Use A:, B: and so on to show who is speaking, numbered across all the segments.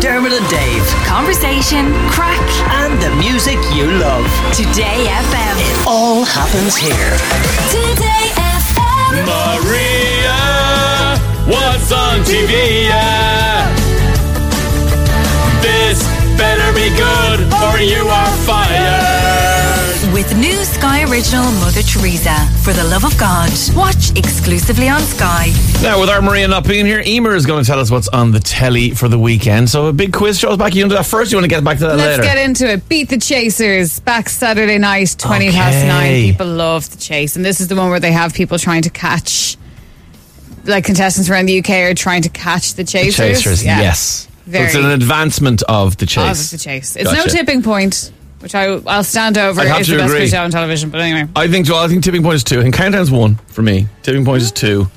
A: Dermot and Dave
B: Conversation, crack,
A: and the music you love.
B: Today FM.
A: It all happens here.
B: Today FM.
C: Maria, what's on TV? yeah? This better be good, or you are fired.
B: With new Sky Original Mother Teresa. For the love of God. Watch exclusively on Sky.
D: Now, with our Maria not being here, Emer is going to tell us what's on the telly for the weekend. So, a big quiz shows back. You want to do that first? You want to get back to that
E: Let's
D: later?
E: get into it. Beat the Chasers back Saturday night, 20 past
D: Okay.
E: nine. People love the chase. And this is the one where they have people trying to catch, like contestants around the UK are trying to catch the
D: The
E: Chasers.
D: Chasers,
E: Yeah.
D: yes. So
E: Very
D: it's an advancement of the chase.
E: of the chase. It's no
D: Gotcha.
E: tipping point, which I, I'll stand over.
D: I'd have
E: It's
D: to
E: the best
D: agree.
E: quiz show on television. But anyway,
D: I think. Well, I think tipping point is two, and countdown's one for me. Tipping point is two.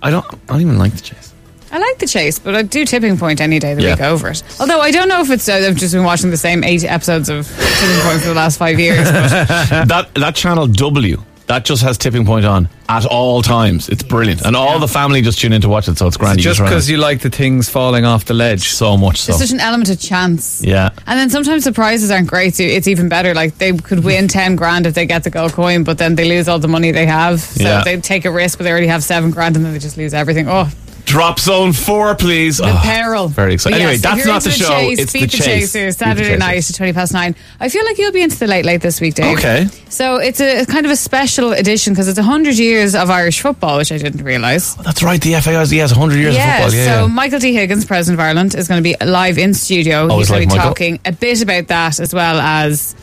D: I don't. I don't even like the chase.
E: I like the chase, but I do tipping point any day of the
D: Yeah.
E: week over it. Although I don't know if it's, uh, I've just been watching the same eight episodes of tipping point for the last five years.
D: that that channel W. That just has tipping point on at all times. It's brilliant, and all the family just tune in to watch it. So it's grand.
F: just
D: run
F: because
D: it.
F: you like the things falling off the ledge.
D: so much so.
E: There's such an element of chance.
D: Yeah.
E: And then sometimes the prizes aren't great. So it's even better. Like they could win 10 grand if they get the gold coin, but then they lose all the money they have. So
D: Yeah.
E: they take a risk, but they already have seven grand and then they just lose everything. Oh,
D: Drop zone four, please.
E: the
D: Oh,
E: peril.
D: Very exciting.
E: But
D: Anyway,
E: yes, if
D: that's
E: you're
D: not
E: into
D: the show.
E: Chase,
D: it's
E: beat
D: the chase.
E: Chasers,
D: Beat the
E: Saturday
D: Chasers.
E: night at 20 past nine. I feel like you'll be into the late, late this week, Dave.
D: Okay.
E: So it's a it's kind of a special edition because it's 100 years of Irish football, which I didn't realise.
D: That's right. The FA has he has 100 years
E: yeah,
D: of football. Yeah,
E: so
D: yeah.
E: Michael D. Higgins, President of Ireland, is going to be live in studio.
D: Always
E: He's
D: like
E: going to be
D: Michael.
E: talking a bit about that as well as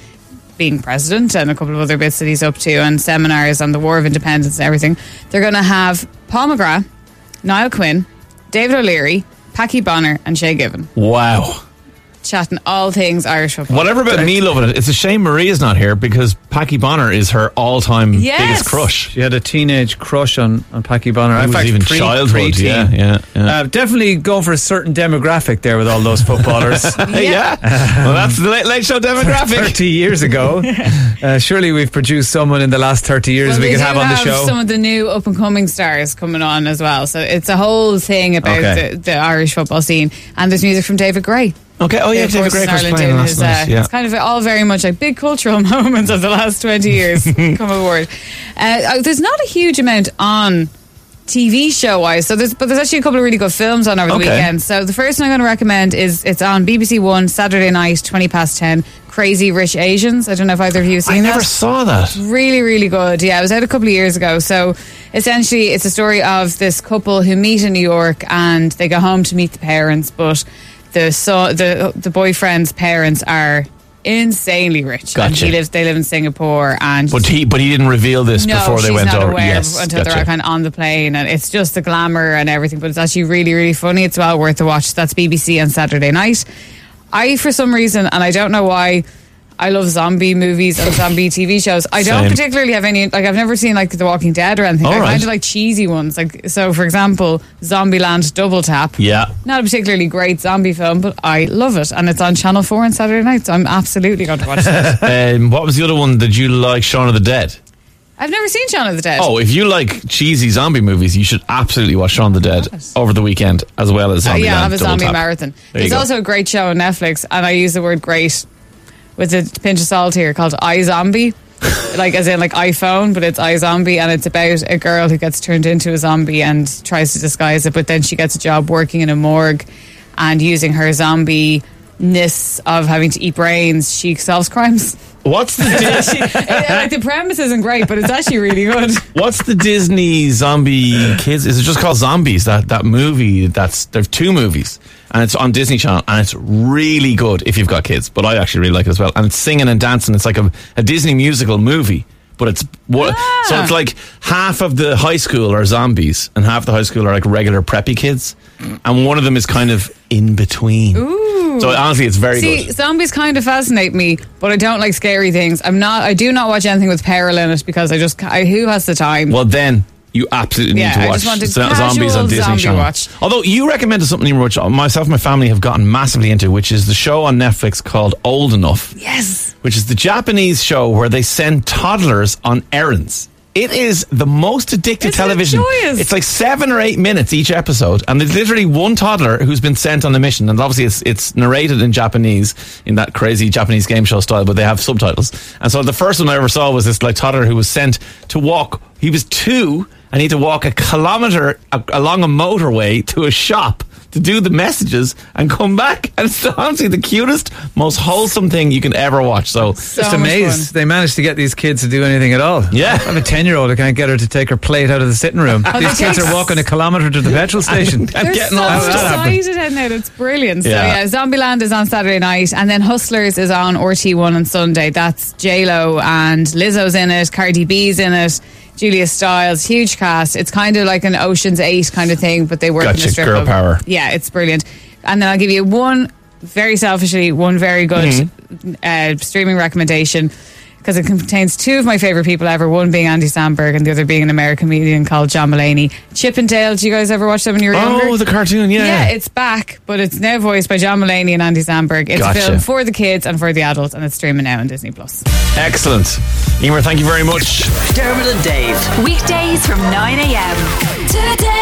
E: being president and a couple of other bits that he's up to and seminars on the War of Independence and everything. They're going to have Paul McGrath, Niall Quinn, David O'Leary, Packy Bonner and Shay Given
D: Wow.
E: chatting all things Irish football.
D: Whatever about me loving it, it's a shame Maria's not here because Packy Bonner is her all time
E: Yes.
D: biggest crush.
F: She had a teenage crush on, on Packy Bonner.
D: It
F: In
D: was
F: fact,
D: even childhood,
F: preteen.
D: yeah, yeah, yeah.
F: Uh, definitely go for a certain demographic there with all those footballers.
D: Hey, yeah. well, that's the late, late show demographic.
F: 30 years ago. Uh, surely we've produced someone in the last 30 years
E: Well,
F: we could
E: do
F: have on the
E: have
F: show.
E: Some of the new up and coming stars coming on as well. So it's a whole thing about
D: Okay.
E: the, the Irish football scene. And there's music from David Gray.
D: okay. Oh, yeah.
E: Of
D: David
E: course,
D: Gregory's
E: Ireland
D: playing
E: doing
D: last
E: his,
D: night.
E: uh,
D: Yeah.
E: It's kind of all very much like big cultural moments of the last 20 years come aboard. Uh, Uh, there's not a huge amount on TV show wise, so there's, but there's actually a couple of really good films on over the
D: Okay.
E: weekend. So the first one I'm going to recommend is it's on BBC One Saturday night, 20 past 10. Crazy Rich Asians. I don't know if either of you have seen
D: I never
E: that
D: saw that.
E: really really good yeah it was out a couple of years ago so essentially it's a story of this couple who meet in new york and they go home to meet the parents but the so the the boyfriend's parents are insanely rich and
D: Gotcha.
E: he lives they live in singapore and
D: But he, but he didn't reveal this
E: no,
D: before they
E: she's
D: went
E: not
D: over.
E: aware
D: yes,
E: until
D: gotcha.
E: they're kind of on the plane, and it's just the glamour and everything. But it's actually really, really funny. It's well worth the watch. That's BBC on Saturday night. I, for some reason, and I don't know why, I love zombie movies and zombie TV shows. I don't
D: Same.
E: particularly have any. Like I've never seen like The Walking Dead or anything.
D: All
E: I
D: right.
E: kind of like cheesy ones. Like so, for example, Zombieland Double Tap.
D: Yeah.
E: Not a particularly great zombie film, but I love it, and it's on Channel Four on Saturday night. So I'm absolutely going to watch that.
D: Um, what was the other one that you like, Shaun of the Dead?
E: I've never seen Shaun of the Dead.
D: Oh, if you like cheesy zombie movies, you should absolutely watch Shaun of the Dead over the weekend as well as
E: Uh,
D: Zombie
E: yeah, I have a zombie
D: tap.
E: marathon.
D: There you
E: There's
D: go.
E: also a great show on Netflix, and I use the word "great" with a pinch of salt here, called "I Zombie," like as in like iPhone, but it's "I Zombie," and it's about a girl who gets turned into a zombie and tries to disguise it, but then she gets a job working in a morgue and using her zombie. Ness of having to eat brains, she solves crimes.
D: What's the Dis-
E: She, yeah, like the premise isn't great, but it's actually really good.
D: What's the Disney zombie kids? Is it just called Zombies? That that movie that's there's two movies and it's on Disney Channel and it's really good if you've got kids. But I actually really like it as well. And it's singing and dancing. It's like a, a Disney musical movie. But it's what so
E: Ah.
D: it's like half of the high school are zombies and half the high school are like regular preppy kids. And one of them is kind of in between. Ooh. So honestly it's very
E: See,
D: good.
E: zombies kind of fascinate me, but I don't like scary things. I'm not. I do not watch anything with peril in it because I just. ca- I, who has the time?
D: Well, then you absolutely need
E: Yeah,
D: to
E: I
D: watch
E: just want a
D: Zo- Zombies
E: casual
D: on Disney
E: zombie
D: Channel.
E: watch.
D: Although you recommended something which myself and my family have gotten massively into, which is the show on Netflix called Old Enough,
E: yes.
D: which is the Japanese show where they send toddlers on errands. It is the most addictive
E: Isn't it
D: television.
E: joyous?
D: It's like seven or eight minutes each episode, and there's literally one toddler who's been sent on a mission, and obviously it's it's narrated in Japanese in that crazy Japanese game show style, but they have subtitles. And so the first one I ever saw was this like toddler who was sent to walk. He was two, and he had to walk a kilometer a- along a motorway to a shop to do the messages and come back. And it's honestly the cutest, most wholesome thing you can ever watch. So
E: So
F: Just
E: much
F: amazed
E: fun.
F: they managed to get these kids to do anything at all.
D: Yeah.
F: I have a ten-year-old. I can't get her to take her plate out of the sitting room.
E: Oh,
F: these
E: they
F: kids
E: take-
F: are walking a kilometre to the petrol station.
E: They're
D: getting
E: so
D: all that happened.
E: excited in there. It's brilliant.
D: Yeah.
E: So yeah, Zombieland is on Saturday night, and then Hustlers is on RT1 on Sunday. That's J Lo and Lizzo's in it, Cardi B's in it, Julia Stiles, huge cast. It's kind of like an Ocean's Eight kind of thing, but they work in
D: Gotcha,
E: the strip
D: girl
E: club.
D: power.
E: Yeah, it's brilliant. And then I'll give you one very selfishly, one very good
D: Mm-hmm.
E: uh, streaming recommendation. Because it contains two of my favorite people ever, one being Andy Samberg and the other being an American comedian called John Mulaney. Chip and Dale, do you guys ever watch them when you were younger?
D: Oh, the cartoon, yeah.
E: Yeah, it's back, but it's now voiced by John Mulaney and Andy Samberg. It's
D: Gotcha.
E: a film for the kids and for the adults, and it's streaming now on Disney Plus.
D: Excellent. Emer, thank you very much.
A: Dermot and Dave.
B: Weekdays from 9 a.m. Today.